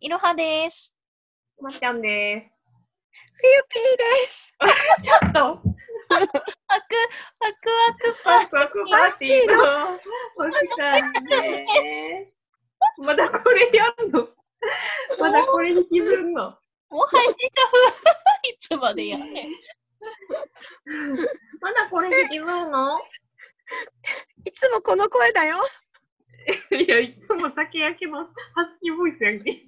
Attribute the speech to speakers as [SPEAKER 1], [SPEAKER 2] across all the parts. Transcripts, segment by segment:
[SPEAKER 1] いろはです。
[SPEAKER 2] まっちゃんで
[SPEAKER 3] ゆぴーです。
[SPEAKER 2] す。ちょっと、ワ
[SPEAKER 1] ワクワクワク
[SPEAKER 2] クワクパーティーのお時間です。まだこれやんのまだこれに気づんの
[SPEAKER 1] もう配信者風 いつまでやねん。
[SPEAKER 2] まだこれに気づんの
[SPEAKER 3] いつもこの声だよ。
[SPEAKER 2] いや、いつも酒焼けのハスキーボイスやんけ。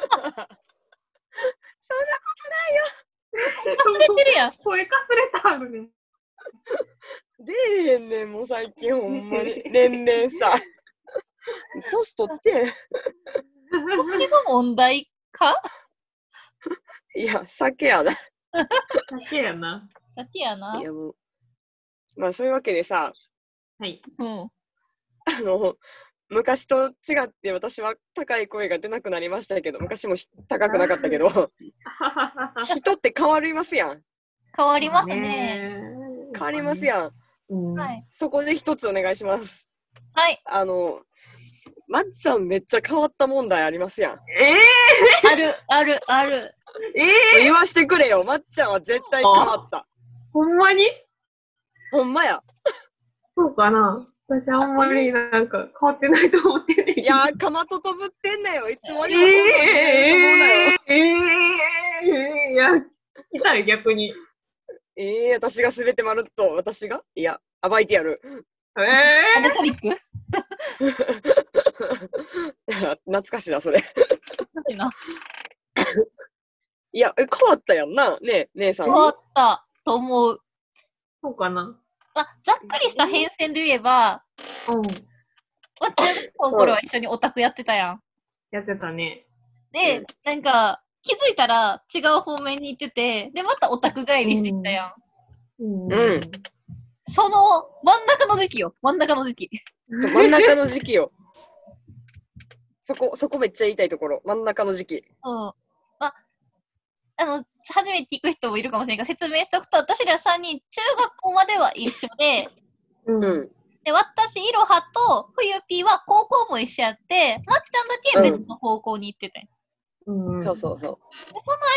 [SPEAKER 3] そんな
[SPEAKER 1] 忘れてるやん。
[SPEAKER 2] 声かすれたあるね。
[SPEAKER 3] 出えへんねん、もう最近ほんま に。年々さ。年取っ
[SPEAKER 1] 年の問題か
[SPEAKER 3] て。いや、酒やな。
[SPEAKER 2] 酒やな。
[SPEAKER 1] だけやな。
[SPEAKER 3] いやもう。まあそういうわけでさ、
[SPEAKER 2] はい。
[SPEAKER 1] うん。
[SPEAKER 3] あの、昔と違って私は高い声が出なくなりましたけど、昔もひ高くなかったけど、人って変わりますやん。
[SPEAKER 1] 変わりますね。
[SPEAKER 3] 変わりますやん。
[SPEAKER 2] うん。
[SPEAKER 1] は
[SPEAKER 2] はい。
[SPEAKER 1] い。
[SPEAKER 3] そこで一つお願いします。
[SPEAKER 1] はい。
[SPEAKER 3] あの、まっちゃんめっちゃ変わった問題ありますやん。
[SPEAKER 2] え
[SPEAKER 1] ある、ある、ある。
[SPEAKER 2] ー、えー、
[SPEAKER 3] 言わしてくれよ、まっちゃんは絶対変わった。
[SPEAKER 2] ほんまに
[SPEAKER 3] ほんまや。
[SPEAKER 2] そうかな私あんまりなんか変わってないと思ってんねんけど
[SPEAKER 3] いやー、かまととぶってんなよ。いつま
[SPEAKER 2] え
[SPEAKER 3] でもそんなん言えると思うなよ。
[SPEAKER 2] えええいや、来たよ、逆に。
[SPEAKER 3] えー、私がすべてまるっと、私がいや、暴いてやる。
[SPEAKER 2] え
[SPEAKER 1] ア
[SPEAKER 2] え
[SPEAKER 1] ルカリック
[SPEAKER 3] 懐かしいな、それ。
[SPEAKER 1] なんていうの
[SPEAKER 3] いや、え変わったやんな。ねえ、姉さん。
[SPEAKER 1] 変わったと思う。
[SPEAKER 2] そうかな。
[SPEAKER 1] まあ、ざっくりした変遷で言えば、
[SPEAKER 2] うん。
[SPEAKER 1] まあ、中学校の頃は一緒にオタクやってたやん。
[SPEAKER 2] やってたね。
[SPEAKER 1] で、
[SPEAKER 3] うん
[SPEAKER 1] なんか、気づいたら違う方面に行ってて、で、またオタク帰りしてきたやん。
[SPEAKER 2] うん
[SPEAKER 3] うん
[SPEAKER 1] その真ん中の時期よ。真ん中の時期。
[SPEAKER 3] そう真ん中の時期よ。そこ、そこめっちゃ言いたいところ。真ん中の時期。
[SPEAKER 1] そう。まあ、あの、初めて聞く人もいるかもしれないから、説明しておくと、私ら3人、中学校までは一緒で、
[SPEAKER 2] う。
[SPEAKER 3] うんん。
[SPEAKER 1] で、私、いろはと、ふゆぴーは高校も一緒やって、まっちゃんだけ別の高校に行ってたんよ、
[SPEAKER 2] うん。
[SPEAKER 3] そうそうそう。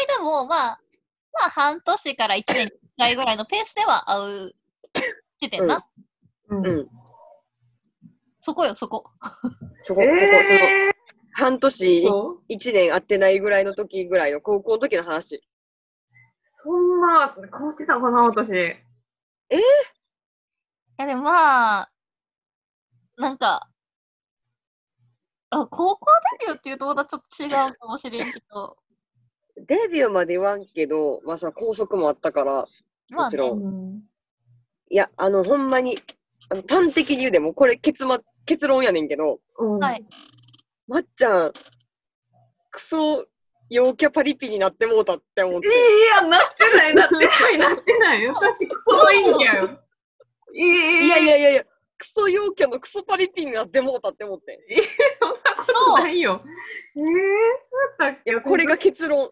[SPEAKER 1] でも、まあ、まあ、半年から1年1回ぐらいのペースでは会 う、っててんな、
[SPEAKER 3] うん
[SPEAKER 2] うん。
[SPEAKER 3] う
[SPEAKER 2] え
[SPEAKER 3] ん。
[SPEAKER 1] そこよ、そこ。
[SPEAKER 3] そこ、そこ、その、
[SPEAKER 2] え
[SPEAKER 3] 半年、
[SPEAKER 2] そう
[SPEAKER 3] 一年会ってないぐらいの時ぐらいの高校の時の話。
[SPEAKER 2] そんな変わってたかな、私。
[SPEAKER 1] いやでもまあ、なんか、あ高校デビューっていうとまたちょっと違うかもしれんけど、
[SPEAKER 3] デビューまで言わんけど、まあさ、校則もあったから、
[SPEAKER 1] まあ
[SPEAKER 3] もちろ
[SPEAKER 1] ね、
[SPEAKER 3] ん
[SPEAKER 2] ん。
[SPEAKER 3] いや、あの、ほんまに、あの端的に言うでも、これ結,、ま、結論やねんけど、
[SPEAKER 2] うん。
[SPEAKER 1] はい。
[SPEAKER 3] まっちゃん、クソ、陽キャパリピになってもうたって思っ
[SPEAKER 2] い
[SPEAKER 3] て。
[SPEAKER 2] や、なってない、なってない、なってない。私、クソいいんやよ。いや
[SPEAKER 3] いやいやいやいや、クソ陽キャのクソパリピになってもうたって思って。
[SPEAKER 2] そんなことないよ。ええそうだっ
[SPEAKER 3] い
[SPEAKER 2] け
[SPEAKER 3] や、これが結論。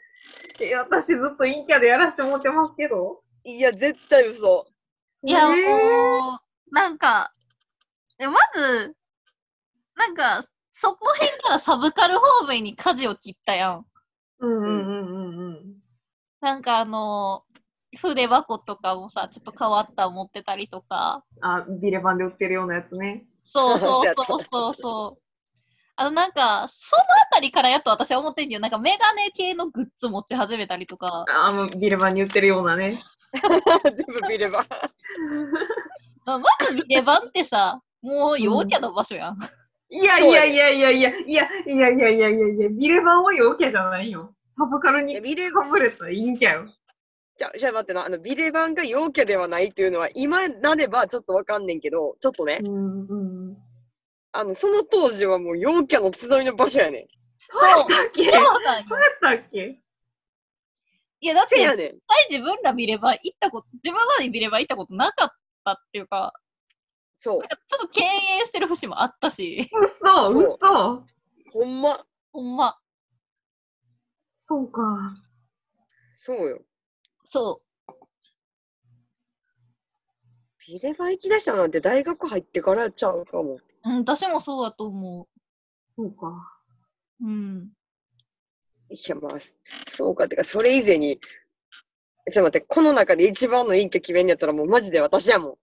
[SPEAKER 2] いや私ずっと陰キャでやらせてもらってますけど。
[SPEAKER 3] いや、絶対嘘。
[SPEAKER 1] いやも
[SPEAKER 2] えー
[SPEAKER 1] う、なんか、いやまず、なんか、そこ辺からサブカル方面に舵を切ったやん。
[SPEAKER 2] うんうんうんうんうん。
[SPEAKER 1] なんかあの筆箱とかもさ、ちょっと変わった持ってたりとか、
[SPEAKER 2] あ、ビレバンで売ってるようなやつね。
[SPEAKER 1] そう
[SPEAKER 3] そう
[SPEAKER 1] そ
[SPEAKER 3] や
[SPEAKER 1] う
[SPEAKER 3] った
[SPEAKER 1] そうそうそう。あのなんか、そのあたりからやっと私は思ってんけど、なんかメガネ系のグッズ持ち始めたりとか、
[SPEAKER 2] あ、もうビレバンに売ってるようなね。
[SPEAKER 3] 全部見れば。
[SPEAKER 1] まあまず見ればんってさ、もう陽キャの場所やん。
[SPEAKER 2] いやいやいやいやいやいやいやいやいやいやいや、ビレバンは陽キャじゃないよ。サブカル
[SPEAKER 3] い
[SPEAKER 2] に
[SPEAKER 3] や見れば、
[SPEAKER 2] かぶれた陰キャよ。
[SPEAKER 3] じゃ、じゃあ待ってな、あの、ビレバンが陽キャではないというのは、今なればちょっとわかんねんけど、ちょっとね、
[SPEAKER 2] うんうん。
[SPEAKER 3] あの、その当時はもう陽キャの集いの場所やねん。
[SPEAKER 1] そう、
[SPEAKER 2] だっけ
[SPEAKER 1] そ
[SPEAKER 2] だ
[SPEAKER 1] うなんよ。
[SPEAKER 2] っけ
[SPEAKER 1] いや、だって
[SPEAKER 3] せや
[SPEAKER 1] 絶
[SPEAKER 3] ねん。
[SPEAKER 1] 対自分ら見れば行ったこと、自分らに見れば行ったことなかったっていうか、
[SPEAKER 3] そう。
[SPEAKER 1] ちょっと敬遠してる節もあったし、
[SPEAKER 2] 嘘
[SPEAKER 3] そう
[SPEAKER 2] 嘘
[SPEAKER 3] ほんま、
[SPEAKER 1] ほんま、
[SPEAKER 2] そうか。
[SPEAKER 3] そうよ。
[SPEAKER 1] そ
[SPEAKER 3] ビレバン行き出したなんて大学入ってからちゃうかも。
[SPEAKER 1] う。うん、私もそうだと思
[SPEAKER 2] そうか。
[SPEAKER 1] う。うん。
[SPEAKER 3] いや、まあ、そうか。てか、それ以前に、ちょっと待って、この中で一番のいい曲決めんやったら、もうマジで私やも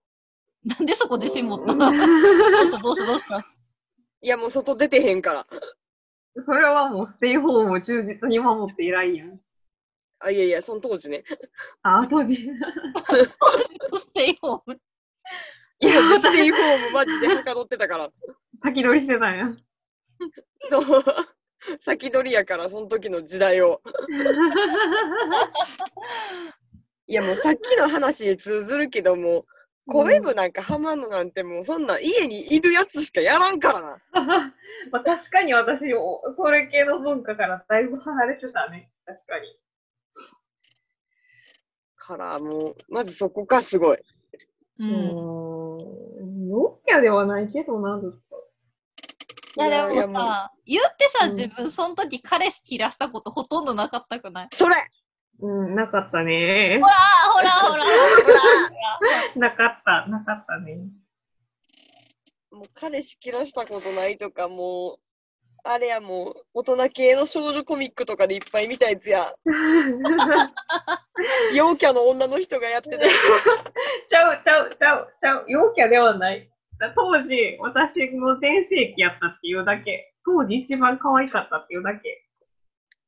[SPEAKER 3] ん。
[SPEAKER 1] なんでそこ自信持ったの どうしたどうしたどうした
[SPEAKER 3] いや、もう外出てへんから。
[SPEAKER 2] それはもうステイホームを忠実に守って偉いやん。
[SPEAKER 3] あ、いやいや、その当時ね。
[SPEAKER 2] あ、当時。
[SPEAKER 1] ステイホーム。
[SPEAKER 2] いや
[SPEAKER 3] 当時ステイホームマジではかどってたから。
[SPEAKER 2] 先取りして たんや。
[SPEAKER 3] そう。先取りやから、その時の時代を。いや、もうさっきの話に通ずるけども、声部なんかハマんのなんてもうそんなん家にいるやつしかやらんからな。
[SPEAKER 2] まあ、確かに私、おそれ系の文化からだいぶ離れてたね。確かに。
[SPEAKER 3] からもう、まずそこがすごい。
[SPEAKER 1] う。
[SPEAKER 2] うんん。ノッキャではないけどな、ずっと。
[SPEAKER 1] いや
[SPEAKER 3] い
[SPEAKER 1] で
[SPEAKER 3] や
[SPEAKER 1] も
[SPEAKER 3] もう
[SPEAKER 1] さ、言ってさ、
[SPEAKER 3] うん
[SPEAKER 1] 自分その時彼氏切らしたことほとんどなかったくない
[SPEAKER 3] それ
[SPEAKER 2] うん、なかったね
[SPEAKER 1] ほ。らほらほら
[SPEAKER 3] ほ ら
[SPEAKER 2] なかった、なかった ね。
[SPEAKER 3] もう彼氏切らしたことないとかもうあれやもう大人系の少女コミックとかでいっぱい見たやつ や陽キャの女の人がやってたや
[SPEAKER 2] ちゃうちゃうちゃうちゃう、陽キャではない。当時、私の全盛期やったっていうだけ。当時一番可愛かったっていうだけ。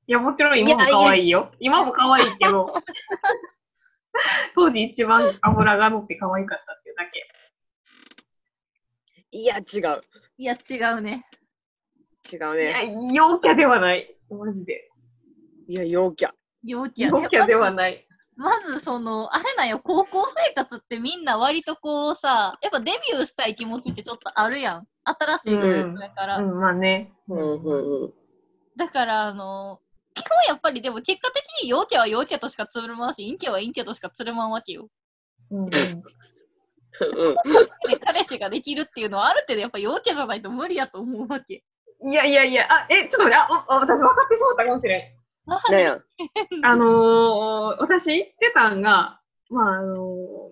[SPEAKER 2] いや、もちろん今も可愛いよ。今も可愛いけど。 当時一番脂が乗って可愛かったっていうだけ。
[SPEAKER 3] ついや違う
[SPEAKER 1] いや違うね。
[SPEAKER 3] 違う
[SPEAKER 2] いや
[SPEAKER 3] ね、
[SPEAKER 2] 陽キャではない。マジで。
[SPEAKER 3] いや陽キャ
[SPEAKER 1] 陽キャ
[SPEAKER 2] 陽キャではない。
[SPEAKER 1] まずそのあれなんよ高校生活ってみんな割とこうさやっぱデビューしたい気持ちってちょっとあるやん新しいグループだから、
[SPEAKER 2] うん、まあね。
[SPEAKER 3] うんうんうん
[SPEAKER 1] だからあの基本やっぱりでも結果的に陽キャは陽キャとしかつるまんし陰キャは陰キャとしかつるまんわけよ
[SPEAKER 2] うん、
[SPEAKER 1] で彼氏ができるっていうのはある程度やっぱ陽キャじゃないと無理やと思うわけ
[SPEAKER 2] いやいやいや、あ、え、ちょっと待って、あ、おお私分かってしまったかもしれん。
[SPEAKER 1] まあ
[SPEAKER 3] なんや
[SPEAKER 2] あのー、私言ってたんが、まあ、あのー、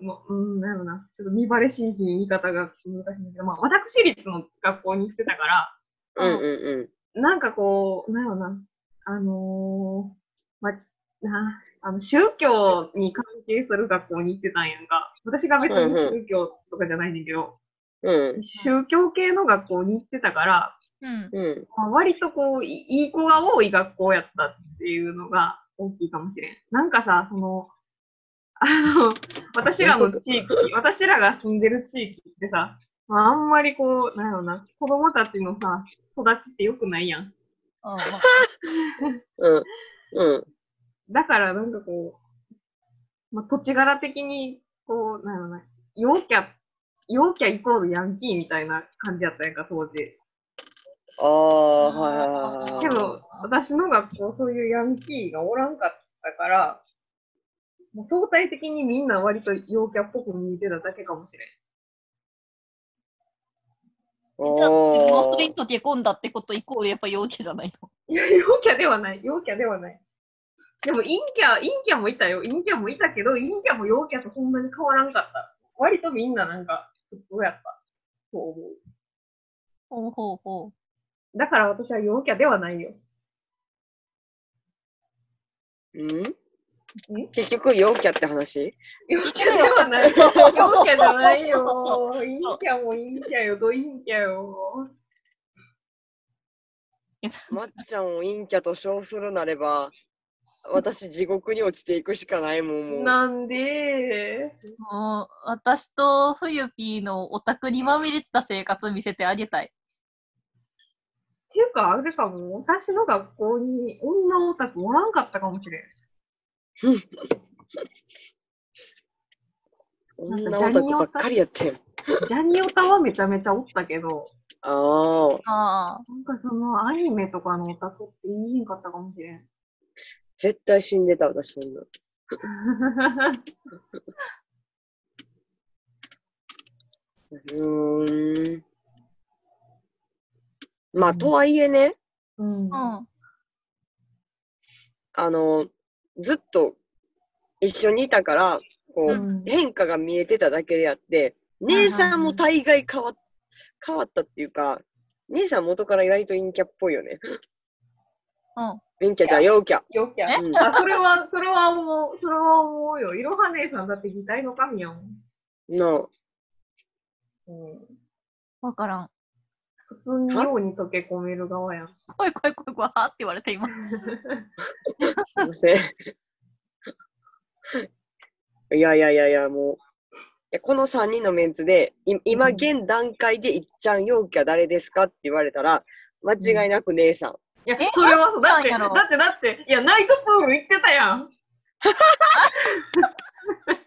[SPEAKER 2] もう、うん、なんやろな、ちょっと見バレしい言い方が難しいんだけど、まあ、私立の学校に行ってたから、
[SPEAKER 3] うんうん
[SPEAKER 2] なんかこう、なんやろな、あのー、まあ、ちな、あの、宗教に関係する学校に行ってたんやんか。私が別に宗教とかじゃないねんだけど、
[SPEAKER 3] うんうん
[SPEAKER 2] 宗教系の学校に行ってたから、
[SPEAKER 1] うん
[SPEAKER 3] うん
[SPEAKER 2] まあ、割とこうい、いい子が多い学校やったっていうのが大きいかもしれん。なんかさ、その、あの、私らの地域、私らが住んでる地域ってさ、まあ、あんまりこう、なんやろな、子供たちのさ、育ちって良くないやん。
[SPEAKER 1] あまあ
[SPEAKER 3] うんうん
[SPEAKER 2] だからなんかこう、まあ、土地柄的に、こう、なんやろな、陽キャ、陽キャイコールヤンキーみたいな感じやったやんか、当時。
[SPEAKER 3] ああはいはいはい
[SPEAKER 2] け
[SPEAKER 3] は
[SPEAKER 2] ど、私の学校、そういうヤンキーがおらんかったから、もう相対的にみんな割と陽キャっぽく見えてただけかもしれん。
[SPEAKER 3] い
[SPEAKER 1] じゃあ
[SPEAKER 3] お
[SPEAKER 1] ノースリ
[SPEAKER 3] ー
[SPEAKER 1] ンと結婚だってことイコールやっぱ陽キャじゃないの
[SPEAKER 2] いや、 陽キャではない、陽キャではない。でも、陰キャ、陰キャもいたよ。陰キャもいたけど、陰キャも陽キャとそんなに変わらんかった。割とみんななんか、普通やった。そう思
[SPEAKER 1] ほうほうほう
[SPEAKER 2] う。だから私は陽キャではないよ。
[SPEAKER 3] うん結局陽キャって 話
[SPEAKER 2] 陽キャではない。陽キャじゃないよ。陰キャも陰キャよ、ど陰キャよ。
[SPEAKER 3] まっちゃんを陰キャと称するなれば私地獄に落ちていくしかないもんもう
[SPEAKER 2] なんで
[SPEAKER 1] もう私と冬ピーのオタクにまみれた生活見せてあげたい。
[SPEAKER 2] ていうか、あれかも、私の学校に女オタクおらんかったかもしれん。
[SPEAKER 3] 女オタクばっかりやってん。
[SPEAKER 2] ジャニオタはめちゃめちゃおったけど、
[SPEAKER 3] ああ、
[SPEAKER 1] ああ、
[SPEAKER 2] なんかそのアニメとかのオタクって言いへんかったかもしれん。
[SPEAKER 3] 絶対死んでた、私そんな。うーん。まあ、とはいえね、
[SPEAKER 2] うん。
[SPEAKER 1] うん。
[SPEAKER 3] あの、ずっと一緒にいたから、こう、
[SPEAKER 2] うん
[SPEAKER 3] 変化が見えてただけであって、姉さんも大概変わっ変わったっていうか、姉さん元から意外と陰キャっぽいよね。
[SPEAKER 1] うん。
[SPEAKER 3] 陰キャじゃん、陽キャ。
[SPEAKER 2] 陽キャ。
[SPEAKER 3] うん
[SPEAKER 2] あ、それは、それは思う、それは思うよ。いろは姉さんだって擬態の神やもん。
[SPEAKER 3] の、
[SPEAKER 2] うん。
[SPEAKER 1] わからん。
[SPEAKER 2] 普通にように溶け込める側やん。
[SPEAKER 1] 怖い怖い怖い怖い。はーって言われて今。
[SPEAKER 3] すいません。いやいやいやいや、もう。いやこの3人のメンツで、い今
[SPEAKER 2] うん
[SPEAKER 3] 現段階でいっちゃん陽キャ誰ですかって言われたら、間違いなく姉さん。
[SPEAKER 2] いや
[SPEAKER 1] え、
[SPEAKER 2] それはそうだ
[SPEAKER 1] な
[SPEAKER 2] っ
[SPEAKER 1] ん
[SPEAKER 2] て、
[SPEAKER 1] や
[SPEAKER 2] だ
[SPEAKER 1] ろ
[SPEAKER 2] って、だって、いや、ナイトプール行ってたやん。
[SPEAKER 3] ナイト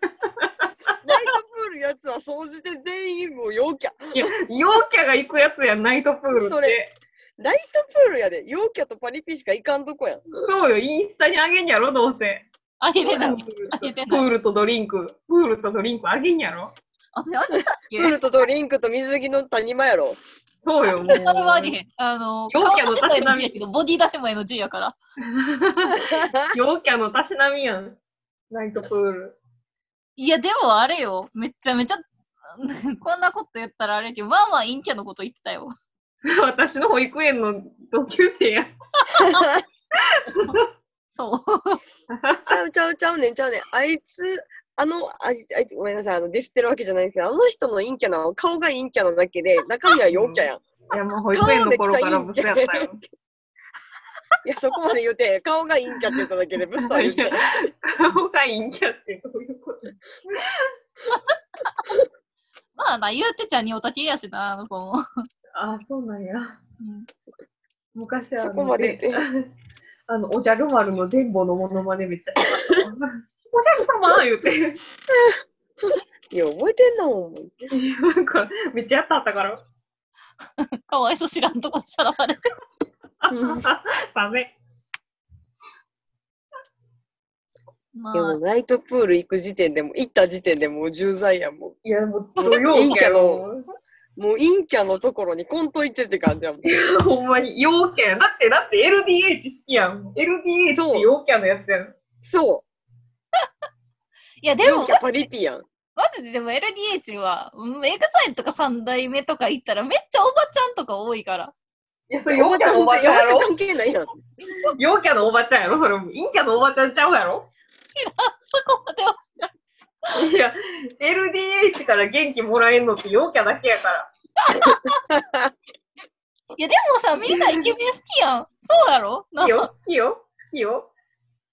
[SPEAKER 3] プールやつは総じて全員もう陽キャ。
[SPEAKER 2] いや、陽キャが行くやつやん、ナイトプールっ
[SPEAKER 3] そ
[SPEAKER 2] て
[SPEAKER 3] れ。ナイトプールやで、陽キャとパリピしか行かんとこやん。
[SPEAKER 2] そうよ、インスタにあげんやろ、どうせ。
[SPEAKER 1] あげて
[SPEAKER 3] そうだ
[SPEAKER 1] な
[SPEAKER 3] よ
[SPEAKER 1] い。あげて
[SPEAKER 2] プ
[SPEAKER 1] ない。
[SPEAKER 2] ールとドリンク、プールとドリンクあげんやろ。
[SPEAKER 1] 私、あげたっ
[SPEAKER 3] プ
[SPEAKER 1] け
[SPEAKER 3] ールとドリンクと水着の谷間やろ。
[SPEAKER 2] そうよ、もう。
[SPEAKER 1] それはあげへん。あの、
[SPEAKER 2] 陽
[SPEAKER 1] 顔
[SPEAKER 2] キャの
[SPEAKER 1] 出し
[SPEAKER 2] た
[SPEAKER 1] も
[SPEAKER 2] しなみ
[SPEAKER 1] NG やけど、ボディ出しも NG やから。
[SPEAKER 2] 陽キャのたしなみやん。ナイトプール。
[SPEAKER 1] いや、でもあれよ。めっちゃめち ゃ、こんなこと言ったらあれやけど、まあまあ陰キャのこと言ったよ。
[SPEAKER 2] 私の保育園の同級生やん。
[SPEAKER 1] そう。
[SPEAKER 3] ちゃうちゃうちゃうねんちゃうねん。あいつ、あの、あいあいつ、ごめんなさい、あの、ディスってるわけじゃないんですけど、あの人の陰キャなの、顔が陰キャなだけで、中身は陽キャやん。
[SPEAKER 2] いや、もう保育園の頃からブスやったよ。
[SPEAKER 3] いや、そこまで言うて、顔が陰キャって言っただけで、ブスとは言うてない。
[SPEAKER 2] 顔が陰キャってどういうこと
[SPEAKER 1] まあな、ゆうてちゃんにおたけやしな、あの子も。
[SPEAKER 2] あ、そうなんや。
[SPEAKER 1] うん
[SPEAKER 2] 昔あ
[SPEAKER 3] そ
[SPEAKER 2] の
[SPEAKER 3] こまで
[SPEAKER 2] で あの、おじゃる丸の電ボのものまねめっちゃしたわ おじゃる様言うて。
[SPEAKER 3] いや、覚えてんなもん。
[SPEAKER 2] なんか、めっちゃやったったから。
[SPEAKER 1] かわいそう、知らんとこにさらされて。
[SPEAKER 3] うん
[SPEAKER 2] ダメ。
[SPEAKER 1] ま
[SPEAKER 3] でも、
[SPEAKER 1] あ、
[SPEAKER 3] ナイトプール行く時点でも、行った時点でもう重罪やんも
[SPEAKER 2] いや、もう、土
[SPEAKER 3] う
[SPEAKER 2] 曜
[SPEAKER 3] 陰キ
[SPEAKER 2] 家
[SPEAKER 3] ャ
[SPEAKER 2] の
[SPEAKER 3] の。う。もう陰キャのところにコント行ってって感じやもん。
[SPEAKER 2] ほんまに、陽キャだって、だって LDH 好きやん。LDH っ
[SPEAKER 3] そ
[SPEAKER 2] て
[SPEAKER 3] う
[SPEAKER 2] 陽キャのやつやん。
[SPEAKER 3] そ
[SPEAKER 1] いや、
[SPEAKER 3] う。
[SPEAKER 1] でも
[SPEAKER 3] 陽キ、ャパリピやん。
[SPEAKER 1] マジで、でも LDH は、うんエグザイルとか三代目とか行ったら、めっちゃおばちゃんとか多いから。
[SPEAKER 2] いや、それ陽キャのおばちゃんや
[SPEAKER 3] 陽キャ
[SPEAKER 2] ろ
[SPEAKER 3] 関係ないやん。
[SPEAKER 2] 陽キャのおばちゃんやろそれも。陰キャのおばちゃんちゃうやろ
[SPEAKER 1] そこまでは。
[SPEAKER 2] いや、LDH から元気もらえんのって陽キャだけやから。
[SPEAKER 1] いや、でもさ、みんなイケメン好きやん。そうやろなん
[SPEAKER 2] 好
[SPEAKER 1] か
[SPEAKER 2] きよ、好きよ、好きよ。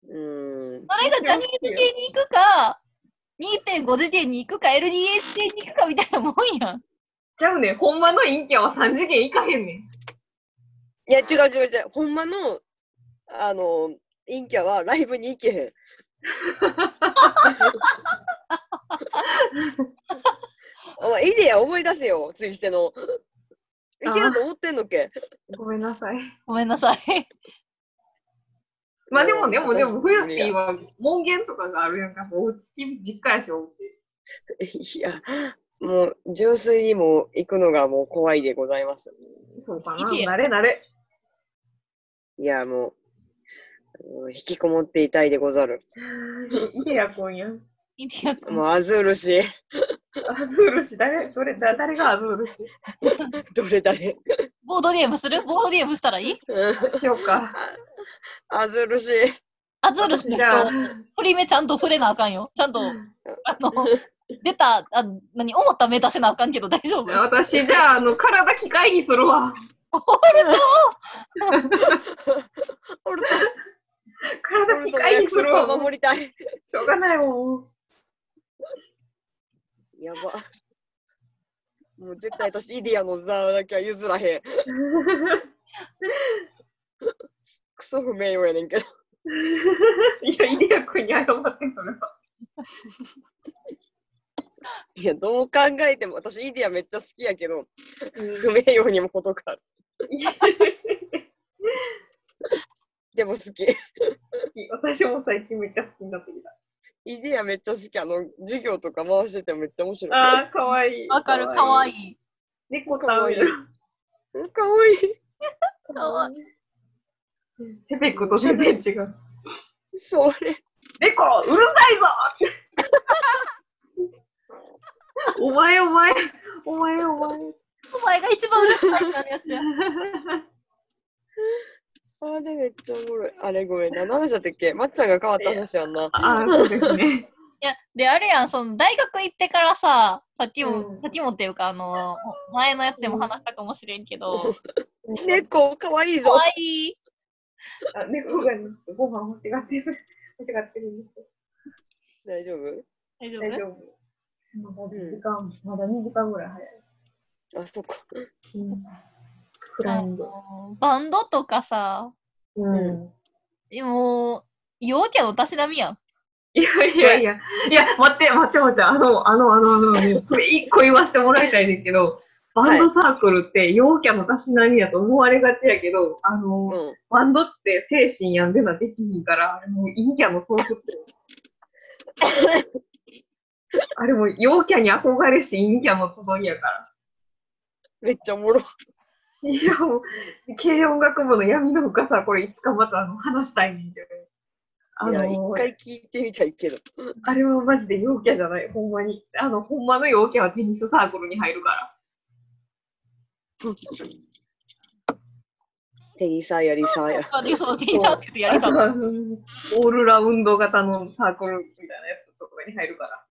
[SPEAKER 3] うーん。
[SPEAKER 1] それがジャニーズ系に行くか、2.5次元に行くか、LDH 系に行くかみたいなもんやん。
[SPEAKER 2] ちゃうねん、ほんまの陰キャは3次元いかへんねん。
[SPEAKER 3] いや、違う違う違う。ほんまの、あの、陰キャはライブに行けへん。 お前、イデや思い出せよ、ついしての。いけると思ってんのっけ
[SPEAKER 2] ごめんなさい。
[SPEAKER 1] ごめんなさい。
[SPEAKER 2] まあでもね、でもで
[SPEAKER 3] 私
[SPEAKER 2] も、冬って今、門限とかがあるやんか、もううち実家やし、おうち
[SPEAKER 3] いや、もう、純粋にもう行くのがもう怖いでございます。
[SPEAKER 2] そうか
[SPEAKER 1] い
[SPEAKER 2] な、
[SPEAKER 1] けや
[SPEAKER 2] 慣れ慣れ。
[SPEAKER 3] いや、もう、もう引きこもっていたいでござる。
[SPEAKER 2] いいや、今夜。
[SPEAKER 1] インディアン君
[SPEAKER 3] もう、アズールし、
[SPEAKER 2] アズール氏、誰、それ、だ誰がアズール氏
[SPEAKER 3] どれだれ。
[SPEAKER 1] ボードゲームするボードゲームしたらいい
[SPEAKER 3] うん
[SPEAKER 2] しようか。
[SPEAKER 3] アズールし、
[SPEAKER 1] アズールスの
[SPEAKER 2] じゃあ、
[SPEAKER 1] 振り目ちゃんと触れなあかんよ。ちゃんと、あの、出た、あ何、思った目出せなあかんけど大丈夫
[SPEAKER 2] 私、じゃあ、あの、体機械にするわ。
[SPEAKER 3] オルト、オ
[SPEAKER 2] 体
[SPEAKER 3] ル
[SPEAKER 2] 機
[SPEAKER 3] トの
[SPEAKER 2] 械に
[SPEAKER 3] 約
[SPEAKER 2] するわ。
[SPEAKER 3] 束を
[SPEAKER 2] も
[SPEAKER 3] 守りたい。
[SPEAKER 2] うしょうがないもん。
[SPEAKER 3] やば。もう絶対私、イディアの座だけは譲らへん。クソ不名誉やねんけど。
[SPEAKER 2] いや、イデア君に謝ってそれは。
[SPEAKER 3] いや、どう考えても、私、イディアめっちゃ好きやけど、
[SPEAKER 2] うん
[SPEAKER 3] 不名誉にも程がある。
[SPEAKER 2] いや
[SPEAKER 3] でも好き。
[SPEAKER 2] 私も最近めっちゃ好きになってきた。
[SPEAKER 3] イディアめっちゃ好き。あの、授業とか回しててもめっちゃ面白い。
[SPEAKER 2] あー、かわいい。
[SPEAKER 1] わかる、かわい
[SPEAKER 2] い。
[SPEAKER 1] い。
[SPEAKER 2] 猫ちゃんや。
[SPEAKER 3] うんかわいい。
[SPEAKER 1] かわい
[SPEAKER 2] い。セペックと全然違う。
[SPEAKER 3] それ。
[SPEAKER 2] 猫、うるさいぞってお前、お前、お前、お前。
[SPEAKER 1] お前が一番うるさいってなるやつや。
[SPEAKER 3] ああれめっちゃおもろい。あれごめんな。何じゃったっけまっちゃんが変わった話やんな。
[SPEAKER 2] あ、そうですね。
[SPEAKER 1] いや、で、あれやん、その大学行ってからさ、さっきも、
[SPEAKER 2] うん
[SPEAKER 1] さっきもっていうか、あの、前のやつでも話したかもしれんけど、
[SPEAKER 3] 猫かわいい
[SPEAKER 1] か
[SPEAKER 3] ぞ。
[SPEAKER 1] わいい。
[SPEAKER 2] あ猫がご飯欲しがってる。欲しがってるんですよ。
[SPEAKER 3] 大丈夫
[SPEAKER 1] 大丈
[SPEAKER 2] 大
[SPEAKER 1] 夫
[SPEAKER 2] 丈夫。まだ時間、まだ2時間ぐらい早い。
[SPEAKER 3] あ、そっか。
[SPEAKER 2] うん、クライング。
[SPEAKER 1] あのバンドとかさ、
[SPEAKER 2] うん。
[SPEAKER 1] もう、陽キャのたしなみやん。
[SPEAKER 2] いやいやいや、いや、待って、待って、待って、あの、あの、あの、あの、これ一個言わせてもらいたいんですけど、バンドサークルって陽キャのたしなみやと思われがちやけど、あの、
[SPEAKER 3] うん。
[SPEAKER 2] バンドって精神病んでなできひんから、あれもう陰キャの喪失。あれもう陽キャに憧れし陰キャの集いやから。
[SPEAKER 3] めっちゃおもろ。
[SPEAKER 2] いや、もう、 軽音楽部の闇の深さ、これいつかまたあの話したいんで。あ
[SPEAKER 3] いや、
[SPEAKER 2] の
[SPEAKER 3] 一回聞いてみたいけど。
[SPEAKER 2] あれはマジで陽キャじゃない、ほんまに。あの、ほんまの陽キャはテニスサークルに入るから。
[SPEAKER 3] テニサーやりサーや。
[SPEAKER 1] あで、その、テニサークルとやりさん。
[SPEAKER 2] オールラウンド型のサークルみたいなやつとかに入るから。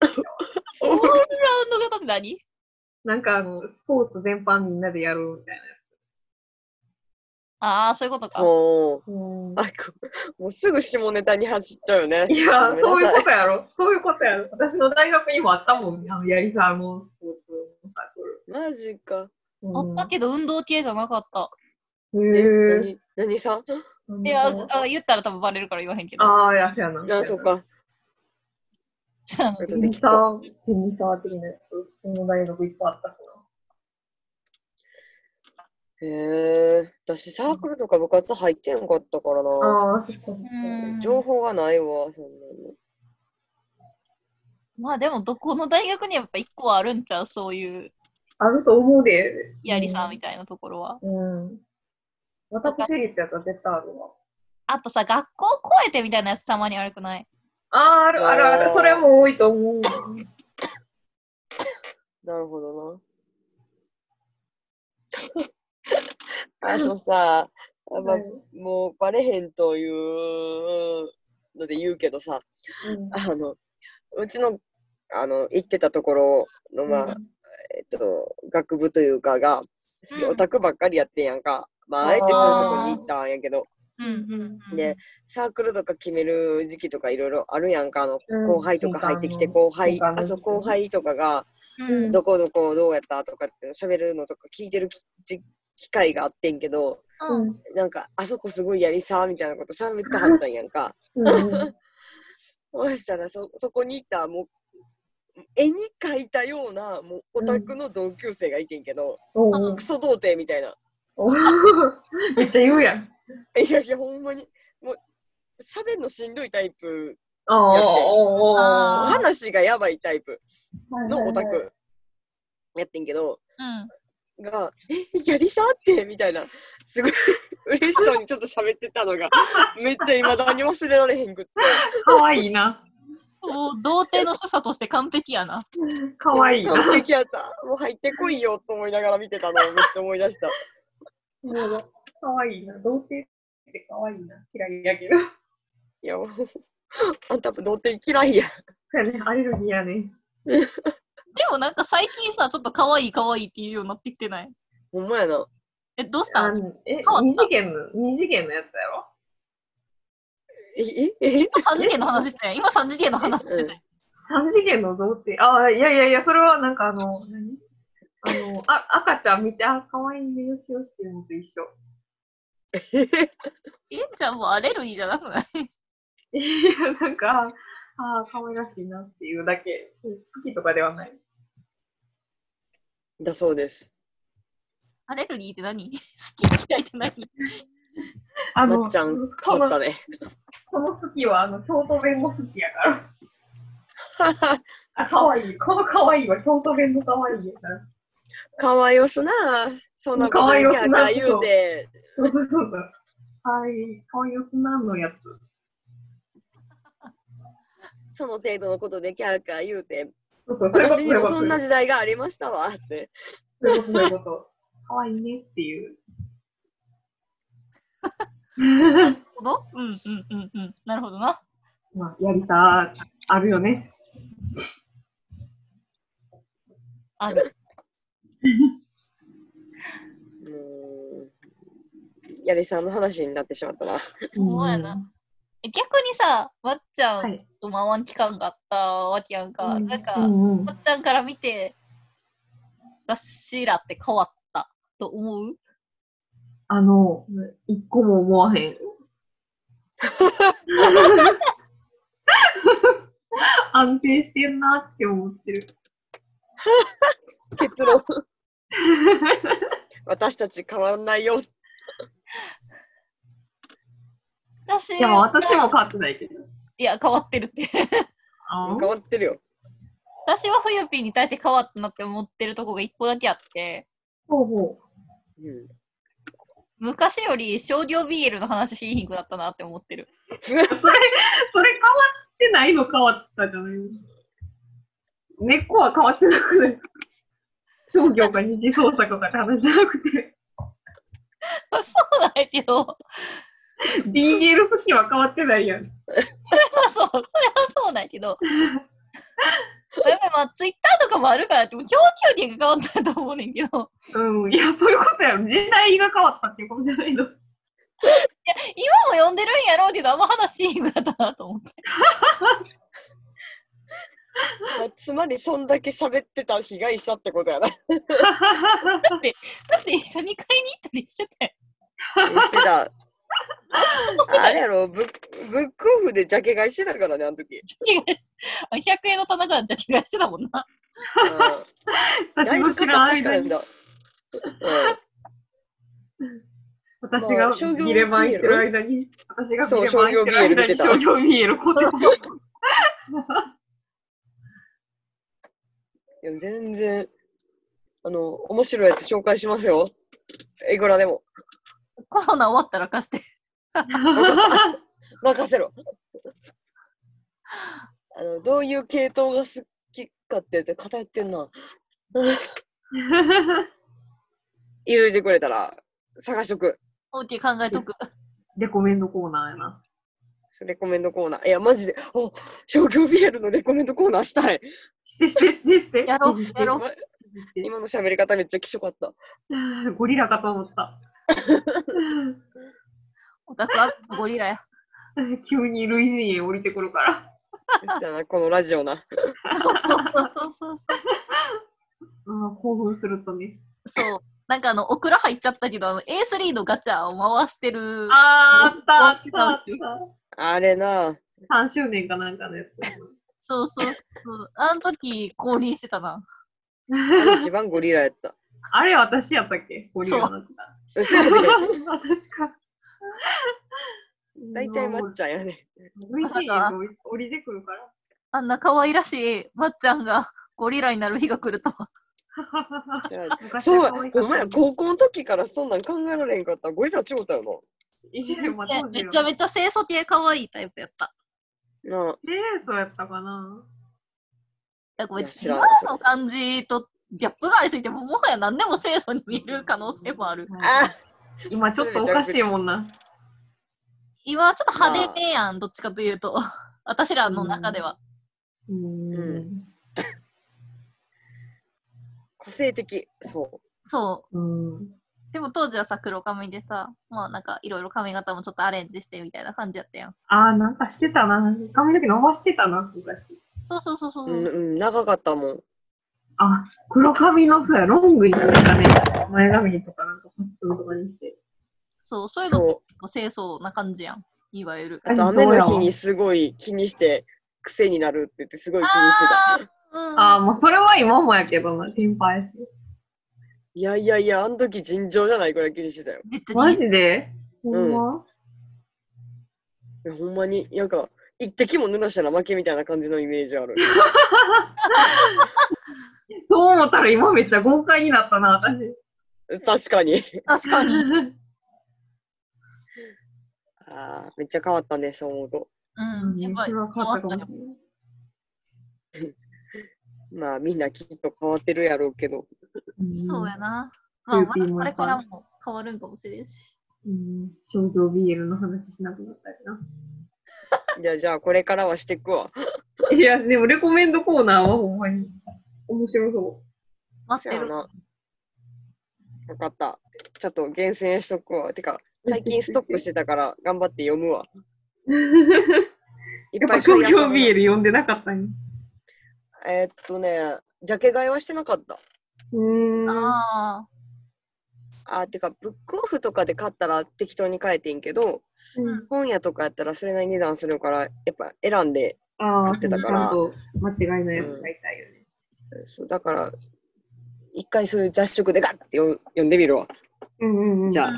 [SPEAKER 1] オールラウンド型って何
[SPEAKER 2] なんかあの、スポーツ全般みんなでやるみたい
[SPEAKER 1] ああ、そういうことか。
[SPEAKER 3] も
[SPEAKER 2] なやつ。
[SPEAKER 3] う、あこもうすぐ下ネタに走っちゃうよね。
[SPEAKER 2] い や、
[SPEAKER 3] ご
[SPEAKER 2] そう
[SPEAKER 3] め
[SPEAKER 2] い
[SPEAKER 3] ん
[SPEAKER 2] う
[SPEAKER 3] なさ
[SPEAKER 2] ことやろ。そういうことやろ。私の大学にもあったもん、あの、やりさんのスポーツのサークル。
[SPEAKER 3] マジか。
[SPEAKER 1] あったけど、運動系じゃなかった。
[SPEAKER 2] うん
[SPEAKER 3] え、
[SPEAKER 2] へ
[SPEAKER 3] 何何さん
[SPEAKER 2] ぇ
[SPEAKER 1] いや、あ言ったら多分バレるから言わへんけど。
[SPEAKER 2] ああ、やせやな。
[SPEAKER 3] あ、そっ。か。
[SPEAKER 1] ちょっとあの
[SPEAKER 2] テ
[SPEAKER 3] 後で
[SPEAKER 2] ニ
[SPEAKER 3] 聞
[SPEAKER 2] サ
[SPEAKER 3] こ
[SPEAKER 2] ー、テニサー的なやつ。その大学いっぱいあったし
[SPEAKER 3] う。へえ。私、サークルとか部活入ってんかったから
[SPEAKER 2] な。
[SPEAKER 3] な。
[SPEAKER 2] ああ、そっか。
[SPEAKER 1] うん
[SPEAKER 3] 情報がないわ、そんなの。
[SPEAKER 1] まあでも、どこの大学にやっぱ一個はあるんちゃうそういう
[SPEAKER 2] あると思うで。
[SPEAKER 1] やりさんみたいなところは。
[SPEAKER 2] うん。私立やったら絶対あるわ。
[SPEAKER 1] あとさ、学校を超えてみたいなやつたまに悪くない
[SPEAKER 2] ああ、あるあるある。それも多いと思う。
[SPEAKER 3] なるほどな。あ のさ、あまあもうバレへんというので言うけどさ、あの、うちの、あの、行ってたところの、まあ、えっと、学部というかが、す
[SPEAKER 1] うん
[SPEAKER 3] オタクばっかりやってんやんか。まあ、あえてそういうとこに行ったんやけど、
[SPEAKER 1] うん
[SPEAKER 2] うん
[SPEAKER 1] うん。
[SPEAKER 3] で、サークルとか決める時期とかいろいろあるやんか、あの、
[SPEAKER 2] うん
[SPEAKER 3] 後輩とか入ってきて、
[SPEAKER 2] 新刊の
[SPEAKER 3] 後輩
[SPEAKER 2] 新、刊の
[SPEAKER 3] あそう後輩とかが、
[SPEAKER 1] うん、
[SPEAKER 3] どこどこどうやったとかっていうの喋るのとか聞いてるきじ機会があってんけど、
[SPEAKER 1] うん
[SPEAKER 3] なんか、あそこすごいやりさーみたいなこと喋ってはったんやんか。そしたらそ、そこにいた、もう、絵に描いたような、もう、オタクの同級生がいてんけど、クソ童貞みたいな。
[SPEAKER 2] めっちゃ言うやん。
[SPEAKER 3] いやいや、ほんまに。もう、喋んのしんどいタイプ、
[SPEAKER 2] あ
[SPEAKER 3] お
[SPEAKER 2] あ、
[SPEAKER 3] 話がやばいタイプのオタ。クやってんけど、
[SPEAKER 1] うん。
[SPEAKER 3] が、え、やりさってみたいな、すごい 嬉しそうにちょっと喋ってたのが、めっちゃ未だに忘れられへんくって。
[SPEAKER 2] かわいいな。
[SPEAKER 1] もう童貞の所作として完璧やな。
[SPEAKER 2] かわいいな。
[SPEAKER 3] 完璧やった。もう入ってこいよと思いながら見てたのをめっちゃ思い出した。
[SPEAKER 2] かわいいな。童貞ってかわいいな。嫌いやけど。
[SPEAKER 3] いや、もう、あんた童貞嫌いや。
[SPEAKER 2] アレルギーやね。
[SPEAKER 1] でもなんか最近さ、ちょっと可愛い可愛いって言うようになってきてない
[SPEAKER 3] ほんまやな。
[SPEAKER 1] え、どうした
[SPEAKER 2] あ
[SPEAKER 1] ん
[SPEAKER 2] え、二次元の、二次元のやつやろ
[SPEAKER 3] え、え、え、
[SPEAKER 1] 三次元の話してない今三次元の話 してない。
[SPEAKER 2] 三次元の童貞。ああ、いやいやいや、それはなんかあの、何あの、あ赤ちゃん見て、あ、可愛いね、よしよしっていうのと一緒。
[SPEAKER 1] えんちゃんもうアレルギーじゃなくない
[SPEAKER 2] いや、なんか、ああ、可愛らしいなっていうだけ。好きとかではない。
[SPEAKER 3] だそうです。
[SPEAKER 1] アレルギーって何 好き嫌いって何
[SPEAKER 2] あ
[SPEAKER 3] まっちゃん、
[SPEAKER 2] こ
[SPEAKER 3] 変わっ
[SPEAKER 2] の
[SPEAKER 3] た、ね。
[SPEAKER 2] この好きは、あの、京都弁も好きやから。あ、可愛い。この可愛いは京都弁の可愛いやから。
[SPEAKER 3] かわよすなそんなことキャーキャー言うて。
[SPEAKER 2] そうそうそうそう。はい、可愛いよくなんのやつ。
[SPEAKER 3] その程度のことでキャーキャー言うて。
[SPEAKER 2] そうそう、そういうこと
[SPEAKER 3] 私にもそんな時代がありましたわって。
[SPEAKER 2] そういうこと、そういうこと。可愛いねっていう。
[SPEAKER 1] ほど。うんうんうんうん。なるほどな。
[SPEAKER 2] まあ、やりたあるよね。
[SPEAKER 1] ある。
[SPEAKER 3] うんやりさんの話になってしまったな。
[SPEAKER 1] そうやな。え逆にさ、わっちゃ
[SPEAKER 2] は
[SPEAKER 1] ん
[SPEAKER 2] い
[SPEAKER 1] とマワン期間があったわけやんか。
[SPEAKER 2] う
[SPEAKER 1] なんか、
[SPEAKER 2] うんうん
[SPEAKER 1] わっちゃんから見て、私らって変わったと思う
[SPEAKER 2] あの、一個も思わへ ん。安定してんなって思ってる。
[SPEAKER 3] 結論。私たち変わんないよ。
[SPEAKER 1] 私
[SPEAKER 2] いや、私も変わってないけど。
[SPEAKER 1] いや、変わってるって。
[SPEAKER 2] あ
[SPEAKER 3] 変わってるよ。
[SPEAKER 1] 私はふゆぴーに対して変わったなって思ってるとこが一個だけあって、
[SPEAKER 2] ほうほ
[SPEAKER 3] うん、
[SPEAKER 1] 昔より少量 BL の話しにくなったなって思ってる。
[SPEAKER 2] う。それ、それ変わってないの変わったじゃない根っこは変わってなくない商業か二次創作かって話じゃなくて、
[SPEAKER 1] そうなんやけど、
[SPEAKER 2] BL 好きは変わってないやん。
[SPEAKER 1] そう、それはそうなんやけど、やっぱりまあ、ツイッターとかもあるから、でも供給源が変わったと思うねんけど、
[SPEAKER 2] うん、いや、そういうことやろ。時代が変わったっていうことじゃないの。
[SPEAKER 1] 今も読んでるんやろうけど、あんま話しにくかったなと思って。
[SPEAKER 3] まあつまり、そんだけ喋ってた被害者ってことやな。
[SPEAKER 1] だって一緒に買いに行ったりしてたよ。
[SPEAKER 3] してた。あれやろブック、ブックオフでジャケ買いしてたからね、あ の時。
[SPEAKER 1] 違うあ100円の棚からじゃ違いしてたもんな。
[SPEAKER 3] うんだ
[SPEAKER 2] 私
[SPEAKER 3] い
[SPEAKER 2] の
[SPEAKER 3] ぶ
[SPEAKER 2] 知
[SPEAKER 3] 買っ
[SPEAKER 2] ら
[SPEAKER 3] た
[SPEAKER 2] な
[SPEAKER 3] し
[SPEAKER 2] い
[SPEAKER 3] かな
[SPEAKER 2] 間
[SPEAKER 3] いん
[SPEAKER 2] に、
[SPEAKER 3] だ。うん
[SPEAKER 2] 私
[SPEAKER 3] ま
[SPEAKER 2] が
[SPEAKER 3] あ商業
[SPEAKER 2] ギレマンしてる間に、私がギレマンしてる間に
[SPEAKER 3] そう
[SPEAKER 2] 商
[SPEAKER 3] 商
[SPEAKER 2] 業見えること
[SPEAKER 3] いや全然、あの、面白いやつ紹介しますよ。えぐらでも。
[SPEAKER 1] コロナ終わったら貸して。
[SPEAKER 3] 任せろ。あの、どういう系統が好きかってって偏ってんな。言うてくれたら探しとく。
[SPEAKER 1] OK 考えとく。
[SPEAKER 2] レコメンドコーナーやな。
[SPEAKER 3] レコメンドコーナー。いや、マジで、お商業 BL のレコメンドコーナーしたい。
[SPEAKER 2] してしてしてして。
[SPEAKER 1] やろう
[SPEAKER 2] して
[SPEAKER 1] やろう
[SPEAKER 2] して
[SPEAKER 3] 今の喋り方めっちゃきしょかった。
[SPEAKER 2] ゴリラかと思った。
[SPEAKER 1] オタクはゴリラや。
[SPEAKER 2] 急に類人猿降りてくるから。
[SPEAKER 3] そうやな、 このラジオな。
[SPEAKER 1] そうそうそうそうそう。
[SPEAKER 2] うん、興奮するとね。
[SPEAKER 1] そう。なんかあの、オクラ入っちゃったけど、あの、A3 のガチャを回してる。
[SPEAKER 2] あー、あったあっ
[SPEAKER 1] あ
[SPEAKER 2] た
[SPEAKER 1] っ
[SPEAKER 3] あれな、
[SPEAKER 2] あった。3周年かなんかのやつ。
[SPEAKER 1] そうそうそう。あの時、降臨してたな。
[SPEAKER 3] あれ一番ゴリラやった。
[SPEAKER 2] あれ私やったっけゴリラになってた。
[SPEAKER 3] うんそう やね
[SPEAKER 2] 私か。
[SPEAKER 3] 大体まっちゃん やね。
[SPEAKER 2] 類人猿が降りてくるから。
[SPEAKER 1] あんな可愛らしいまっちゃんが ゴリラになる日が来るとは。
[SPEAKER 3] じゃあそうや、お前ら
[SPEAKER 2] こ
[SPEAKER 3] 高校の時からそんなん考えられんかった。ゴリラ超だよ
[SPEAKER 2] め
[SPEAKER 1] めちゃめちゃ清楚系可愛いタイプやった。
[SPEAKER 3] な。なあ
[SPEAKER 2] デートやったかな
[SPEAKER 1] だから
[SPEAKER 3] いや
[SPEAKER 1] 別
[SPEAKER 3] 知
[SPEAKER 1] に
[SPEAKER 3] ら
[SPEAKER 1] 今
[SPEAKER 3] ないです
[SPEAKER 1] の感じとギャップがありすぎても、もはや何でも清楚に見える可能性もある。
[SPEAKER 3] あ
[SPEAKER 2] 今ちょっとおかしいもんな。
[SPEAKER 1] 今はちょっと派手めやん、どっちかというと。 私らの中では。
[SPEAKER 2] う。
[SPEAKER 3] うん個性的。そ。
[SPEAKER 1] そう。
[SPEAKER 2] うん。
[SPEAKER 1] でも当時はさ、黒髪でさ、まあなんかいろいろ髪型もちょっとアレンジしてみたいな感じやったやん。
[SPEAKER 2] あー、なんかしてたな。髪の毛伸ばしてたな、昔。
[SPEAKER 1] そうそうそうそうう。
[SPEAKER 3] うん、うん、長かったもん。
[SPEAKER 2] あ、黒髪の、そうや、ロングにしてたね。前髪とかなんかパッツンとかにして。
[SPEAKER 1] そう、そういうの
[SPEAKER 3] そう。
[SPEAKER 1] って清楚な感じやん。いわゆる。
[SPEAKER 3] あと雨の日にすごい気にして、癖になるって言ってすごい気にしてた。
[SPEAKER 1] うん。
[SPEAKER 2] あー、もうそれは今もやけどな、先輩。
[SPEAKER 3] いやいやいや、あの時尋常じゃないくらい気にしてたよ。
[SPEAKER 1] 別
[SPEAKER 2] マ
[SPEAKER 1] に。
[SPEAKER 2] ジでほんま
[SPEAKER 3] いやほんまに、なんか、一滴も濡らしたら負けみたいな感じのイメー ジある。
[SPEAKER 2] そう思ったら今めっちゃ豪快になったな、私。
[SPEAKER 3] 確かに。
[SPEAKER 1] 確か に。うん。
[SPEAKER 3] ああ、めっちゃ変わったね、そう思うと。
[SPEAKER 1] やっぱり
[SPEAKER 2] それは変わったかもしれない。
[SPEAKER 3] まあ、みんなきっと変わってるやろうけど。
[SPEAKER 1] そうや
[SPEAKER 2] な。
[SPEAKER 1] な。まあ、ま
[SPEAKER 2] キューピー
[SPEAKER 1] だ
[SPEAKER 2] も
[SPEAKER 1] こ
[SPEAKER 2] や
[SPEAKER 1] れ
[SPEAKER 2] っぱ
[SPEAKER 1] からも変わるんかもしれんし。
[SPEAKER 2] うん、商業 BL の話しなくなったり
[SPEAKER 3] じゃあ、じゃあ、これからはしていくわ。
[SPEAKER 2] な。いや、でもレコメンドコーナーはほんまに面白そ
[SPEAKER 1] 待って
[SPEAKER 3] そうや
[SPEAKER 1] る。
[SPEAKER 3] な。わかった。ちょっと厳選しとくわ。てか、最近ストップしてたから、頑張って読むわ。
[SPEAKER 2] う。
[SPEAKER 3] いっ
[SPEAKER 2] やっ
[SPEAKER 3] ぱ
[SPEAKER 2] ぱ
[SPEAKER 3] い買
[SPEAKER 2] 商
[SPEAKER 3] い漁
[SPEAKER 2] 業
[SPEAKER 3] る
[SPEAKER 2] BL 読んでなかったね。
[SPEAKER 3] えーっとね、ジャケ買いはしてなかった。
[SPEAKER 2] うーん。
[SPEAKER 1] ああ。
[SPEAKER 3] あー、てか、ブックオフとかで買ったら適当に買えてんけど、
[SPEAKER 2] うん
[SPEAKER 3] 本屋とかやったらそれなりに値段するから、やっぱ選んで、
[SPEAKER 2] ああ、
[SPEAKER 3] 買ってたから
[SPEAKER 2] ちゃんと間違いないやつ買いたいよね。
[SPEAKER 3] そうだから、一回そういう雑食でガッて読読んでみるわ。
[SPEAKER 2] うんうんうん。
[SPEAKER 3] じゃ
[SPEAKER 1] う
[SPEAKER 3] あ
[SPEAKER 1] ん、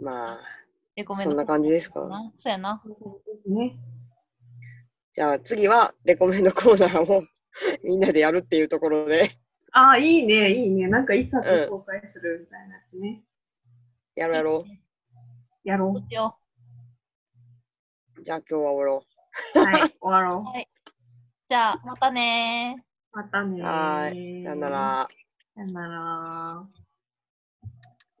[SPEAKER 3] ま
[SPEAKER 1] レコ
[SPEAKER 3] あ、
[SPEAKER 1] メン
[SPEAKER 3] そ
[SPEAKER 1] ド
[SPEAKER 3] んな感じですか。
[SPEAKER 1] そうやな。
[SPEAKER 2] ね。
[SPEAKER 3] じゃあ次はレコメンドコーナーを みんなでやるっていうところで
[SPEAKER 2] ああ、いいね、いいね。なんか一冊紹介するみたいなやつね。
[SPEAKER 3] やろうやろ
[SPEAKER 2] やろ
[SPEAKER 1] どうしよ
[SPEAKER 3] う。じゃあ今日は終わろ
[SPEAKER 2] う。はい、終わろ
[SPEAKER 1] う。はい。じゃあ、またねー。
[SPEAKER 2] う。またね
[SPEAKER 3] う。
[SPEAKER 2] ー。
[SPEAKER 3] はーい。さよなら。
[SPEAKER 2] さよなら。